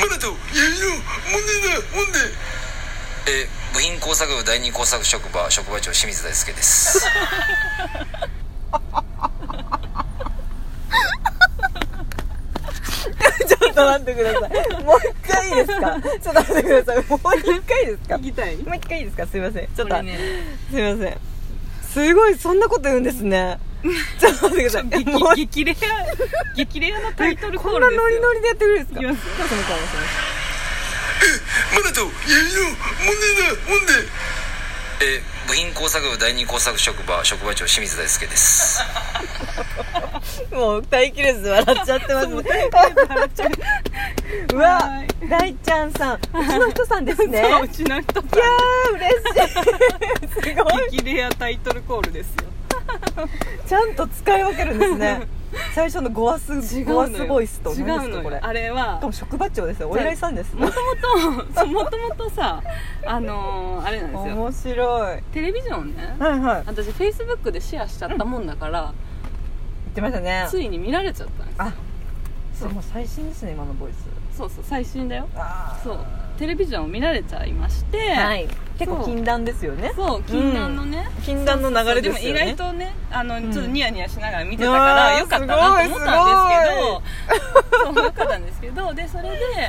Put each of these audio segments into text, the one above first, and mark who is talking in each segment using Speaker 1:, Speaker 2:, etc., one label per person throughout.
Speaker 1: マナと指のもんでだもんで
Speaker 2: えー部品工作部第二工作職場職場長清水大輔です
Speaker 3: ちょっと待ってくださいもう一回いいですかちょっと待ってくださいもう一回いいですか
Speaker 4: 行きたい
Speaker 3: もう一回いいですかすいませんちょっ
Speaker 4: こ
Speaker 3: と、
Speaker 4: れね
Speaker 3: すいませんすごいそんなこと言うんですねちょっと待ってください もう
Speaker 4: 激激レア激レアなタイトルコ
Speaker 3: こ
Speaker 4: ー
Speaker 3: んな
Speaker 4: ルですよ
Speaker 3: ノリノリでやってくれるんですか
Speaker 4: いきます
Speaker 3: どうその顔し
Speaker 1: マナと指のもんでだもんで
Speaker 2: えー部品工作部第二工作職場職場長清水大輔です
Speaker 3: もう歌い切れず笑っちゃってますねうわ
Speaker 4: は
Speaker 3: 大ちゃんさんうちの人さん ですねいや
Speaker 4: うちの人と
Speaker 3: ー嬉しい すごい
Speaker 4: 激レアタイトルコールですよ
Speaker 3: ちゃんと使い分けるんですね最初のゴアスゴアスボイスと
Speaker 4: 違う
Speaker 3: 何です
Speaker 4: の
Speaker 3: かこれ
Speaker 4: よ
Speaker 3: し
Speaker 4: あれは
Speaker 3: かも職場長ですよお偉いさんです
Speaker 4: もともとそう もともとさあのーあれなんですよ
Speaker 3: 面白い
Speaker 4: テレビジョンをね
Speaker 3: はいはい
Speaker 4: 私フェイスブックでシェアしちゃったもんだから、
Speaker 3: 言ってましたね
Speaker 4: ついに見られちゃったんですよ
Speaker 3: あそうもう最新ですね今のボイス
Speaker 4: そうそう最新だよ
Speaker 3: あ
Speaker 4: そうテレビジョンを見られちゃいまして、
Speaker 3: はい結構禁断ですよね
Speaker 4: そう禁断のね、
Speaker 3: 禁断の流れですよね
Speaker 4: そうそうでも意外とねあの
Speaker 3: ん
Speaker 4: ちょっとニヤニヤしながら見てたから、
Speaker 3: あー
Speaker 4: よかったなと思ったんですけどそうよかったんですけどでそれで、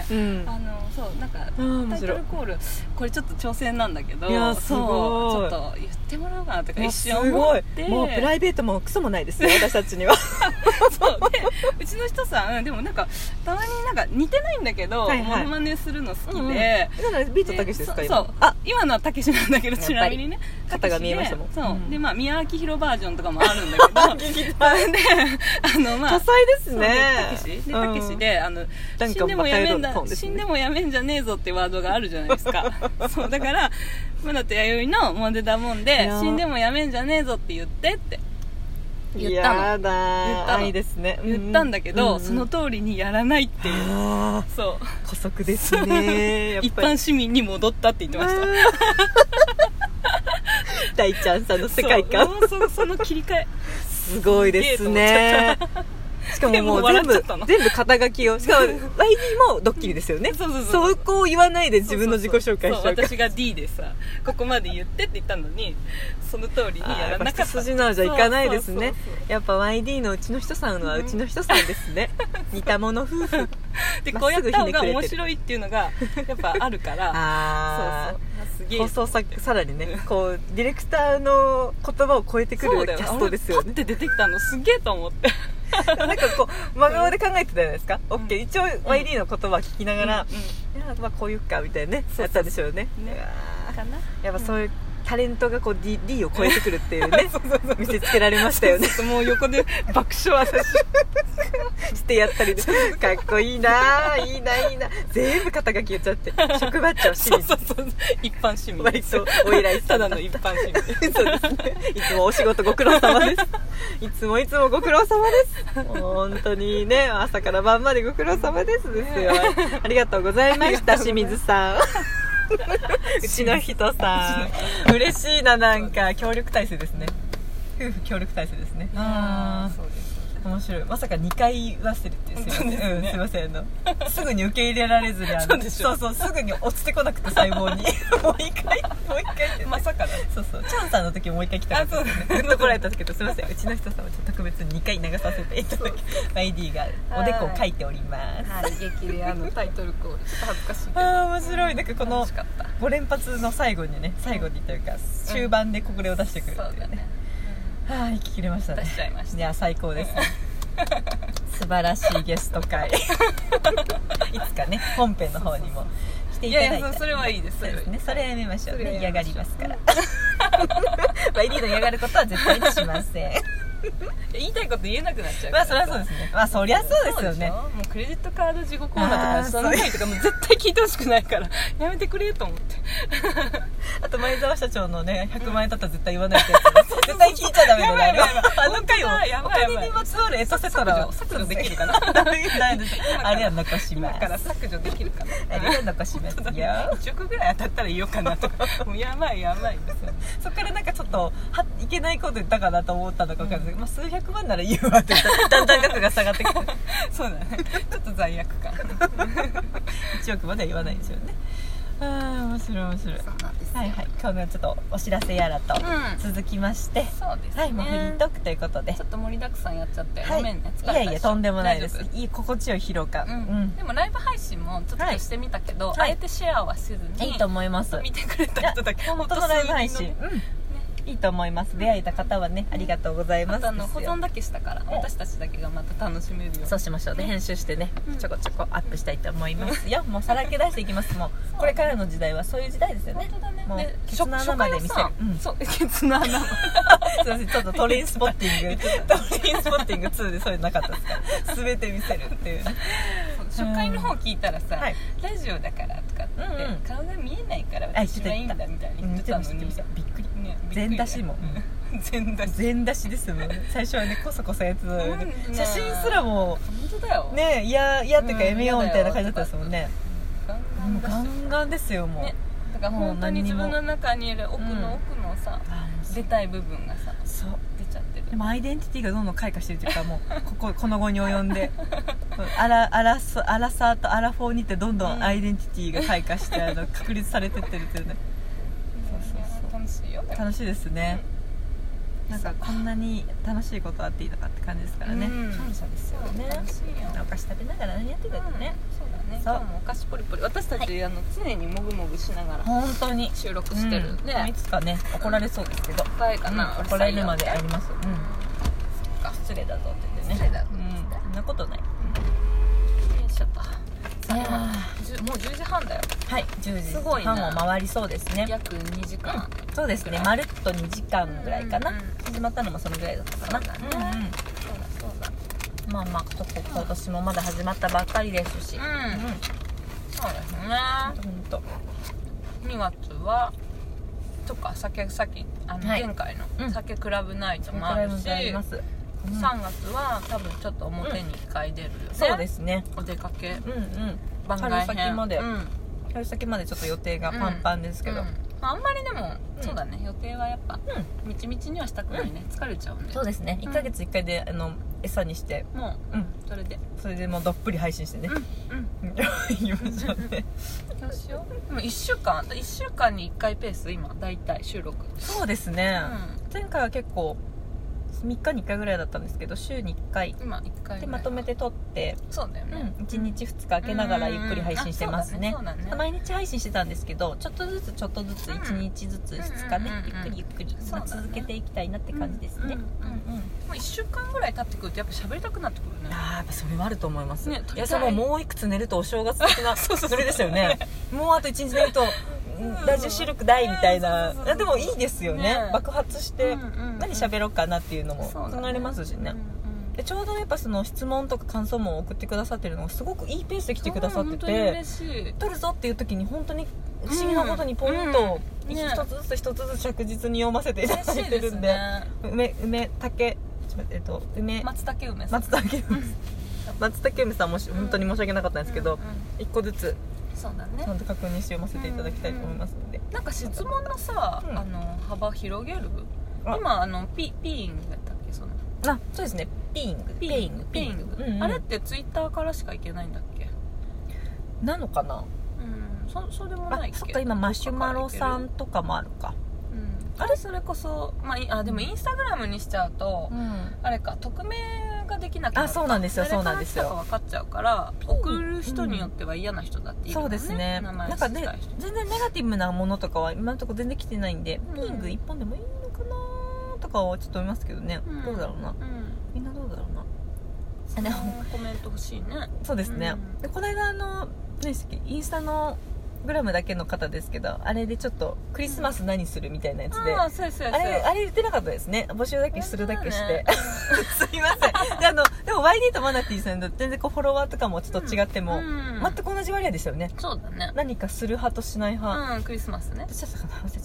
Speaker 3: うん
Speaker 4: あのそうなんか
Speaker 3: ー面
Speaker 4: タイト
Speaker 3: 白い
Speaker 4: ルコールこれちょっと挑戦なんだけど
Speaker 3: いやーす
Speaker 4: そ
Speaker 3: ごいう
Speaker 4: ちょっと言ってもらおうかなとか
Speaker 3: もう
Speaker 4: 一
Speaker 3: す
Speaker 4: 瞬思
Speaker 3: ご
Speaker 4: っ
Speaker 3: い
Speaker 4: て
Speaker 3: もうプライベートもクソもないですよ私たちには
Speaker 4: そうでうちの人さんでもなんかたまになんか似てないんだけど
Speaker 3: はいはい
Speaker 4: モノマネするの好きで、
Speaker 3: なのでビートたけしですか
Speaker 4: で
Speaker 3: 今
Speaker 4: そうそうあ今のはたけしなんだけど
Speaker 3: やっぱ
Speaker 4: ち
Speaker 3: り
Speaker 4: なみにね
Speaker 3: 肩が見えましたもん
Speaker 4: たけでそう、
Speaker 3: うん
Speaker 4: でまあ宮脇宏バージョンとかもあるんだけ どであのま
Speaker 3: 多
Speaker 4: あ
Speaker 3: 彩です
Speaker 4: そう
Speaker 3: ね
Speaker 4: たけしで
Speaker 3: うん
Speaker 4: たけしで、あの
Speaker 3: なんか
Speaker 4: 死んでもやめ
Speaker 3: バ
Speaker 4: ん
Speaker 3: カ野郎のト
Speaker 4: だ
Speaker 3: ーンです
Speaker 4: 死
Speaker 3: ね
Speaker 4: んでもやめんじゃねえぞってワードがあるじゃないです かそうだからマナと弥生のモンデダモン
Speaker 3: い
Speaker 4: で
Speaker 3: やー
Speaker 4: 死んでもやめんじゃねえぞって言ってって言ったの
Speaker 3: や
Speaker 4: 言っ
Speaker 3: だ
Speaker 4: たの
Speaker 3: 愛ですね
Speaker 4: 言ったんだけど、
Speaker 3: うん
Speaker 4: その通りにやらないっていう
Speaker 3: あ
Speaker 4: そう
Speaker 3: ー加速です ねやっ
Speaker 4: 一
Speaker 3: ぱり
Speaker 4: 般市民に戻ったって言ってました
Speaker 3: 大ちゃんさんの世界観
Speaker 4: そうもうそその切り替え
Speaker 3: すごいですねしかももう
Speaker 4: でも
Speaker 3: 全
Speaker 4: 笑っちゃ
Speaker 3: 部
Speaker 4: ったの
Speaker 3: 全部肩書きをしかも Y にもドッキリですよね
Speaker 4: そうそうそう
Speaker 3: そこを言わないで 自分の自己紹介しちゃうから
Speaker 4: そう私が D でさここまで言ってって言ったのにその通りに
Speaker 3: あーや
Speaker 4: やら
Speaker 3: っぱ
Speaker 4: なか
Speaker 3: 一
Speaker 4: った
Speaker 3: 筋縄じゃいかないですね
Speaker 4: そうそう
Speaker 3: やっぱ YD のうちの人さんはうちの人さんですね似た者夫婦
Speaker 4: そうで
Speaker 3: ま
Speaker 4: こ
Speaker 3: っ
Speaker 4: うや
Speaker 3: す
Speaker 4: っ
Speaker 3: ぐ
Speaker 4: た
Speaker 3: ひ
Speaker 4: 方
Speaker 3: ねくれてる
Speaker 4: が面白いっていうのがやっぱあるから
Speaker 3: あ
Speaker 4: そうそうすげ
Speaker 3: あ
Speaker 4: え
Speaker 3: 放送ささらにねこうディレクターの言葉を超えてく
Speaker 4: そう
Speaker 3: る
Speaker 4: だよ
Speaker 3: キャストですよ
Speaker 4: あ
Speaker 3: ね
Speaker 4: れ立って出てきたのすげえと思って
Speaker 3: なんかこう真顔で考えてたじゃないですか、オッケー一応 YD の言葉を聞きながら、
Speaker 4: うんう
Speaker 3: いやまあこういうかみたいなね
Speaker 4: そうそう
Speaker 3: やったでしょうね
Speaker 4: ね
Speaker 3: うわ
Speaker 4: んかな
Speaker 3: ーやっぱそういうタレントがこう D, D を超えてくるっていう ね見せつけられましたよね
Speaker 4: ちょっともう横で爆笑私
Speaker 3: してやったりでかっこいいなーいいないいな全部肩書き言っちゃって職場長清
Speaker 4: そう
Speaker 3: 水
Speaker 4: そうそう一般市民
Speaker 3: 割とお偉いさ
Speaker 4: た
Speaker 3: ん
Speaker 4: だの一般市 民
Speaker 3: そうですねいつもお仕事ご苦労様ですいつもいつもご苦労様ですもう本当にね朝から晩までご苦労様ですですよありがとうございました清水さん うちの人さん 嬉しいななんか協力体制ですね夫婦協力体制ですねあ
Speaker 4: そうです
Speaker 3: あ面白いまさか2回言わせるっていうすいません、うん、すいませんあのすぐに受け入れられずにあの
Speaker 4: そうでしょ
Speaker 3: そうそうすぐに落ちてこなくて細 胞にもう一回もう一回って
Speaker 4: まさかだ
Speaker 3: そうそうチャンさんの時もう一回来たかったですよねグッとこられた時とすいませんうちの人様ちょっと特別に2回流させていただき YD がおでこを書いております
Speaker 4: はい激レアのタイトルコールちょっと恥ずかしいけど
Speaker 3: あー面白いなんかこの
Speaker 4: 楽しかった
Speaker 3: 5連発の最後にね最後にというか終盤でこれを出してくるっていうねはあー息切れましたね
Speaker 4: 出しちゃいました
Speaker 3: いや最高ですね 素晴らしいゲスト会いつかね本編の方にも来てい
Speaker 4: い
Speaker 3: ただい
Speaker 4: や
Speaker 3: て
Speaker 4: いやそそれはいいです
Speaker 3: そうですねそれはやめましょう
Speaker 4: そ
Speaker 3: ね
Speaker 4: れはや
Speaker 3: 嫌が
Speaker 4: めましょ
Speaker 3: り
Speaker 4: う
Speaker 3: ますから YD の嫌がることは絶対にしません
Speaker 4: 言いたいこと言えなくなっちゃうか
Speaker 3: まあそり
Speaker 4: ら
Speaker 3: ゃそうですねまあそりゃそうですよね
Speaker 4: そうでしょもうクレジットカード事後コーナーとかその
Speaker 3: あー
Speaker 4: 回とかもう絶対聞いてほしくないからやめてくれと思って
Speaker 3: あと前澤社長のね100万円だったら絶対言わないってやつです絶対聞いちゃダメだよね
Speaker 4: やばいやばいやばい
Speaker 3: あの回を
Speaker 4: 本当だや
Speaker 3: お
Speaker 4: ばいやばい
Speaker 3: 金にまつわるエトセトラ削除できる かな あれは残しま
Speaker 4: 今から
Speaker 3: す
Speaker 4: 削除できるかな
Speaker 3: あれは残しますよ
Speaker 4: 1億ぐらい当たったら言おうかなとか もうやばいやばいですよ
Speaker 3: そっからなんかちょっとはいけないこと言ったかなと思ったのか分かんないけど、まあ、数百万なら言うわ ってだんだん額が下がって くる
Speaker 4: そうだねちょっと罪悪感
Speaker 3: 1億までは言わないですよねああ面白い面白いはいはい今後ちょっとお知らせやらと
Speaker 4: ん
Speaker 3: 続きまして、
Speaker 4: そうですね
Speaker 3: はいもうフリートークということで
Speaker 4: ちょっと盛りだくさんやっちゃって、
Speaker 3: はい、
Speaker 4: ごめんね疲れ
Speaker 3: いや
Speaker 4: たでしょ
Speaker 3: いやとんでもないです
Speaker 4: 大丈
Speaker 3: いい心地よい疲労感
Speaker 4: 夫うん
Speaker 3: うん、
Speaker 4: でもライブ配信もちょっと
Speaker 3: はい
Speaker 4: してみたけど、
Speaker 3: はい
Speaker 4: あえてシェアはせずに
Speaker 3: いいと思います
Speaker 4: 見てくれた人だけ
Speaker 3: 本当のライブ配信、うんいいと思います出会えた方はねありがとうございま
Speaker 4: あ
Speaker 3: す
Speaker 4: とあの
Speaker 3: です
Speaker 4: 保
Speaker 3: よ
Speaker 4: 存だけしたから
Speaker 3: お
Speaker 4: 私たちだけがまた楽しめるよ
Speaker 3: そうしましょうで編集してね
Speaker 4: うん
Speaker 3: ちょこちょこアップしたいと思いますよもうさらけ出していきますもうこれからの時代はそういう時代ですよ
Speaker 4: 本
Speaker 3: ね
Speaker 4: 当だね
Speaker 3: もう
Speaker 4: で
Speaker 3: ケツの穴まで見せる
Speaker 4: 初回
Speaker 3: う
Speaker 4: は
Speaker 3: ん
Speaker 4: さそう ケツの穴まです
Speaker 3: いませんちょっとトレインスポッティング トレインスポッティング2でそういうのなかったですから 全て見せるっていう
Speaker 4: 初回の方聞いたらさ、
Speaker 3: はい
Speaker 4: ラジオだからとかっ
Speaker 3: う
Speaker 4: て、
Speaker 3: んうん
Speaker 4: 顔が見えないから
Speaker 3: あ
Speaker 4: 私はいいんだみたいに言ってた
Speaker 3: 言ってま
Speaker 4: のに、
Speaker 3: した言ってましたびっくり
Speaker 4: ねびっくり
Speaker 3: 全出しも
Speaker 4: うん全出し
Speaker 3: 全出しですもんね最初はねこそこそやってたのにね
Speaker 4: うん
Speaker 3: 写真すらも
Speaker 4: 本当だよ
Speaker 3: ねいやいやって
Speaker 4: う
Speaker 3: か
Speaker 4: ん
Speaker 3: やめようみたいな感じだったですもんね
Speaker 4: ガンガ
Speaker 3: も
Speaker 4: ン
Speaker 3: う
Speaker 4: 出
Speaker 3: ガ
Speaker 4: し
Speaker 3: ンガンですよもう
Speaker 4: ねだから本当に自分の中にいる奥の奥のさ、
Speaker 3: あもうそ
Speaker 4: 出
Speaker 3: う
Speaker 4: たい部分がさ
Speaker 3: そう
Speaker 4: 出ちゃってる
Speaker 3: でもアイデンティティがどんどん開花してるというかもうこここの後に及んでアラアラスアラサーとアラフォーにってどんどんアイデンティティが開花して、あの確立されてってるっていうねそうそうそう
Speaker 4: 楽しいよでも
Speaker 3: 楽しいですね、
Speaker 4: うん
Speaker 3: なんかこんなに楽しいことあっていいのかって感じですからね、
Speaker 4: うん
Speaker 3: 感謝ですよね
Speaker 4: 楽しいよ
Speaker 3: お菓子食べながら何やってたのね、
Speaker 4: そうだね
Speaker 3: そう
Speaker 4: 今日もお菓子ポリポリ私たち、あの常にもぐもぐしながら
Speaker 3: 本当に
Speaker 4: 収録してる、
Speaker 3: うんい
Speaker 4: ね
Speaker 3: つかね怒られそうですけど、
Speaker 4: 深いかな、
Speaker 3: うん
Speaker 4: 俺
Speaker 3: 怒られるまで
Speaker 4: 採
Speaker 3: あります、うん、
Speaker 4: 用か
Speaker 3: 失礼だぞって言ってね
Speaker 4: 失礼だぞ
Speaker 3: うん、そんなことない
Speaker 4: よいしょっと
Speaker 3: いやー
Speaker 4: じゅもう10時半だよ
Speaker 3: はい、10時
Speaker 4: すごいな
Speaker 3: 半を回りそうですね。
Speaker 4: 約2時間、
Speaker 3: そうですね、まるっと2時間ぐらいかな。
Speaker 4: うんうんうん
Speaker 3: 始まったのもそのぐらいだったかな。
Speaker 4: そうだねそうだそうだ
Speaker 3: うんうんまあまあ、とこ今年もまだ始まったばっかりですし。
Speaker 4: うん
Speaker 3: うん、
Speaker 4: そうですね
Speaker 3: ほんと。
Speaker 4: 2月はとか酒さっきあの、
Speaker 3: はい
Speaker 4: 前回
Speaker 3: う
Speaker 4: の
Speaker 3: ん
Speaker 4: 酒クラブナイト
Speaker 3: これ
Speaker 4: もある
Speaker 3: も
Speaker 4: し、
Speaker 3: あります。うん
Speaker 4: 3月は多分ちょっと表に1回出るよね、
Speaker 3: そうですね。
Speaker 4: お出かけ
Speaker 3: うんうん。
Speaker 4: 番外
Speaker 3: 春
Speaker 4: 編
Speaker 3: 先まで
Speaker 4: うん
Speaker 3: 春先までちょっと予定がパンパンですけど。
Speaker 4: うんまあ、あんまりでも、
Speaker 3: うん
Speaker 4: そうだね予定はやっぱ、
Speaker 3: う
Speaker 4: みちみちにはしたくないね、疲れちゃうんで
Speaker 3: そうですね、
Speaker 4: うん
Speaker 3: 1ヶ月1回で、あの、餌にして、
Speaker 4: も
Speaker 3: うん。
Speaker 4: うそれで
Speaker 3: それでもうどっぷり配信してね。
Speaker 4: うんうん
Speaker 3: うん。 行きましょうね。
Speaker 4: どうしようでも1週間1週間に1回ペース今大体収録
Speaker 3: そうですね。
Speaker 4: う
Speaker 3: 前回は結構、3日に1回ぐらいだったんですけど、週に1回。
Speaker 4: ん今1回
Speaker 3: で
Speaker 4: ぐら
Speaker 3: ま
Speaker 4: い
Speaker 3: とめて撮って、
Speaker 4: そうだよ
Speaker 3: う
Speaker 4: ね、
Speaker 3: ん、1日2日空けながらゆっくり配信してますね,、
Speaker 4: うんうんあそうだねそうだね
Speaker 3: 毎日配信してたんですけどちょっとずつちょっとずつ
Speaker 4: うん
Speaker 3: 1日ずつ2日ね、
Speaker 4: うんうんうん
Speaker 3: ゆっく
Speaker 4: うん
Speaker 3: りゆっくり、まあ
Speaker 4: そうだね
Speaker 3: 続けていきたいなって感じですね、
Speaker 4: うんう
Speaker 3: う
Speaker 4: ん
Speaker 3: んうん
Speaker 4: もう1週間ぐらい経ってくるとやっぱ喋りたくなってくるね
Speaker 3: あーやっぱそれはあると思います
Speaker 4: ね
Speaker 3: いやそれもうもういくつ寝るとお正月的 な
Speaker 4: そうそうそう
Speaker 3: それですよねもうあと1日寝ると
Speaker 4: ん
Speaker 3: ラジオ収録大みたいな
Speaker 4: そうそうそうそう
Speaker 3: あでもいいですよね
Speaker 4: ね
Speaker 3: 爆発して、何喋
Speaker 4: る
Speaker 3: ろうかなっていうのも
Speaker 4: そうだね
Speaker 3: 考えれますしね、
Speaker 4: うんうん
Speaker 3: でちょうどやっぱその質問とか感想も送ってくださってるのがすごくいいペースで来てくださって
Speaker 4: そう本当に
Speaker 3: て
Speaker 4: 嬉しい
Speaker 3: 撮るぞっていう時に本当に不思議なことにポイントを
Speaker 4: うん
Speaker 3: 一
Speaker 4: ね
Speaker 3: つずつ一つずつ着実に読ませていた
Speaker 4: 嬉
Speaker 3: だ
Speaker 4: し
Speaker 3: い
Speaker 4: い
Speaker 3: て
Speaker 4: で
Speaker 3: る
Speaker 4: す
Speaker 3: んで
Speaker 4: ね
Speaker 3: 梅梅竹ちょっと待ってえっと梅
Speaker 4: 松茸梅さん
Speaker 3: 松竹梅松竹梅さんもし本当に申し訳なかったんですけど
Speaker 4: うんうん
Speaker 3: 一個ずつ
Speaker 4: そうだ
Speaker 3: ちゃ
Speaker 4: ね
Speaker 3: んと確認して読ませていただきたいと思いますので
Speaker 4: なんか質問のさ、
Speaker 3: うん
Speaker 4: あの幅広げる
Speaker 3: あ
Speaker 4: 今あのピピーイングだったっけその
Speaker 3: あそうですねピーングペイング
Speaker 4: ピーイング、
Speaker 3: うんうん
Speaker 4: あれってツイッターからしかいけないんだっけ
Speaker 3: なのかな
Speaker 4: うんそそうでも
Speaker 3: あ
Speaker 4: ないっけ
Speaker 3: そっか今マシュマロさんとかもあるか
Speaker 4: うんあれそれこそ、まあい、あでもインスタグラムにしちゃうと、
Speaker 3: ん
Speaker 4: あれか匿名ができなくなる
Speaker 3: あそうなんですよそうなんですよ
Speaker 4: 誰から来たか分かっちゃうから送る人によっては嫌な人だっている
Speaker 3: そ
Speaker 4: も
Speaker 3: うん
Speaker 4: ね
Speaker 3: ですね
Speaker 4: 名前
Speaker 3: な
Speaker 4: 知
Speaker 3: ん
Speaker 4: り
Speaker 3: か
Speaker 4: たい
Speaker 3: ね
Speaker 4: 人
Speaker 3: 全然ネガティブなものとかは今のところ全然来てないんで、
Speaker 4: うん
Speaker 3: ピング1本でもいいのかなとかはちょっと思いますけどね、
Speaker 4: うん
Speaker 3: どうだろうな
Speaker 4: うん
Speaker 3: みんなどうだろうな
Speaker 4: そのコメント欲しいね
Speaker 3: そうですね、
Speaker 4: うん
Speaker 3: でこの間あの何でしたっけインスタのグラムだけの方ですけどあれでちょっとクリスマス何するみたいなやつで、
Speaker 4: ああそうそうそう
Speaker 3: あれあれ言ってなかったですね募集だけするだけして、 すいませんであのでも YD とマナティさんと全然こうフォロワーとかもちょっと違っても、
Speaker 4: うん
Speaker 3: 全く同じ割合でしたよね
Speaker 4: そうだね
Speaker 3: 何かする派としない派、
Speaker 4: うんクリスマスね
Speaker 3: どっちだったかな忘れちゃっ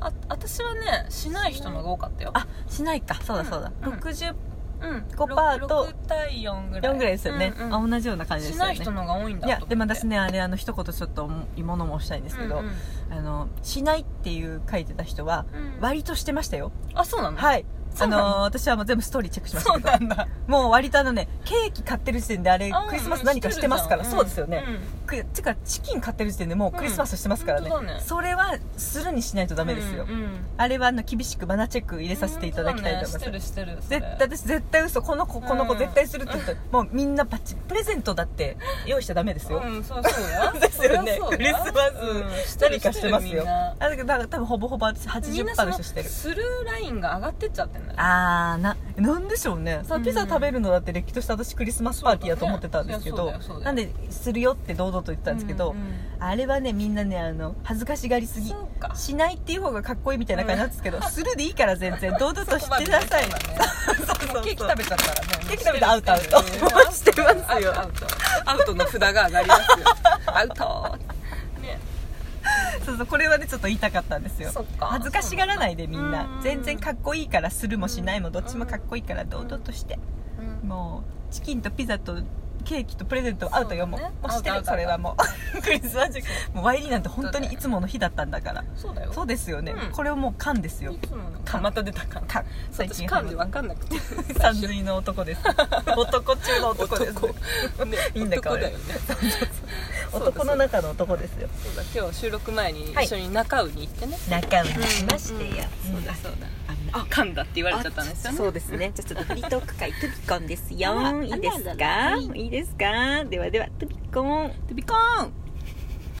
Speaker 3: た
Speaker 4: あ私はねしない人の方が多かったよ
Speaker 3: あしないかそうだそうだ、
Speaker 4: うん
Speaker 3: 65
Speaker 4: うん
Speaker 3: と
Speaker 4: 6対4ぐらい
Speaker 3: ぐらいですよね、
Speaker 4: うんうん
Speaker 3: あ同じような感じで
Speaker 4: し
Speaker 3: すよ
Speaker 4: な
Speaker 3: ね
Speaker 4: い人の方が多いんだ
Speaker 3: い
Speaker 4: と思
Speaker 3: や
Speaker 4: って
Speaker 3: でも私ねあれあの一言ちょっと物申したいんですけど、
Speaker 4: うんうん
Speaker 3: あのしないっていう書いてた人は
Speaker 4: うん
Speaker 3: 割としてましたよ、
Speaker 4: あそうなの
Speaker 3: はい
Speaker 4: そ
Speaker 3: あ
Speaker 4: うなの
Speaker 3: の私はもう全部ストーリーチェックしました
Speaker 4: そう
Speaker 3: けど
Speaker 4: なんだ
Speaker 3: もう割とあのねケーキ買ってる時点であれクリスマス何かしてますから、
Speaker 4: うん
Speaker 3: そうですよね、
Speaker 4: うん
Speaker 3: くてかチキン買ってる時点でもうクリスマスしてますからね,、
Speaker 4: うん本当だね
Speaker 3: それはするにしないとダメですよ、
Speaker 4: うんうん
Speaker 3: あれはあの厳しくマナーチェック入れさせていただきたいと思います、
Speaker 4: そうだねしてるして
Speaker 3: 絶
Speaker 4: る
Speaker 3: 対私絶対嘘この子この子
Speaker 4: うん
Speaker 3: 絶対するって言ったら、もうみんなパッチプレゼントだって用意しちゃダメです
Speaker 4: それ
Speaker 3: よ、
Speaker 4: うんそうそうや
Speaker 3: ですよね
Speaker 4: そ
Speaker 3: ク
Speaker 4: り
Speaker 3: リス
Speaker 4: ゃ
Speaker 3: マ
Speaker 4: そう
Speaker 3: ス
Speaker 4: だうんて
Speaker 3: 何
Speaker 4: る
Speaker 3: かしてます
Speaker 4: るみ
Speaker 3: よ
Speaker 4: んな
Speaker 3: あだけどだから多分ほぼほぼ私
Speaker 4: みんな
Speaker 3: 80%
Speaker 4: そ
Speaker 3: の
Speaker 4: の
Speaker 3: 人してる
Speaker 4: スルーラインが上がってっちゃってんだよ
Speaker 3: あーななんでしょうねさ
Speaker 4: うん
Speaker 3: ピザ食べるのだってれっきとした私クリスマスパーティーやと思ってたんですけ
Speaker 4: そう
Speaker 3: ど、
Speaker 4: だねいやそうだよそうだよ
Speaker 3: なんでするよって堂々と言ってたんですけど、
Speaker 4: うんうん
Speaker 3: あれはねみんなねあの恥ずかしがりすぎ
Speaker 4: そうか
Speaker 3: しないっていう方がかっこいいみたいな感じなんです けど、するでいいから全然堂々としてください
Speaker 4: そこまでね
Speaker 3: そうそうそう
Speaker 4: ケーキ食べちゃったからね
Speaker 3: ケーキ食べたアウトアウ ト
Speaker 4: してる
Speaker 3: してますよ
Speaker 4: アウトアウトアウトの札が上がりますよアウトね
Speaker 3: そうそうこれはねちょっと言いたかったんですよ
Speaker 4: そっか
Speaker 3: 恥ずかしがらないでみん
Speaker 4: うん
Speaker 3: な
Speaker 4: うん
Speaker 3: 全然かっこいいからするもしないもどっちもかっこいいから堂々としてもうチキンとピザとケーキとプレゼントアウトよもう
Speaker 4: そうだね
Speaker 3: もうして
Speaker 4: アウ
Speaker 3: る
Speaker 4: ト
Speaker 3: そ
Speaker 4: アウト
Speaker 3: れはも うクリスマス時もうワイリーなんて本当にいつもの日だったんだから
Speaker 4: そうだよ
Speaker 3: そうですよね
Speaker 4: うん
Speaker 3: これをもう缶ですよ
Speaker 4: いつもの
Speaker 3: 缶
Speaker 4: また出たか
Speaker 3: 缶最
Speaker 4: 私
Speaker 3: 近
Speaker 4: 漢字わかんなくて
Speaker 3: さんずいの男です男中の男です
Speaker 4: 男ね
Speaker 3: いいんだ
Speaker 4: 男
Speaker 3: 可愛い
Speaker 4: だよねそうだ
Speaker 3: 男の中の男ですよ
Speaker 4: そうだ今日収録前に
Speaker 3: はい
Speaker 4: 一緒に中尾に行ってね、
Speaker 3: 仲間にしましてよ
Speaker 4: うんそうだそうだあ噛んだって言われちゃったんですよね
Speaker 5: そうですね。じゃあちょっとフリートーク会トビコンですよ
Speaker 3: あら。
Speaker 5: いいですか？いいですか？ではではトビコン。
Speaker 4: トビコーン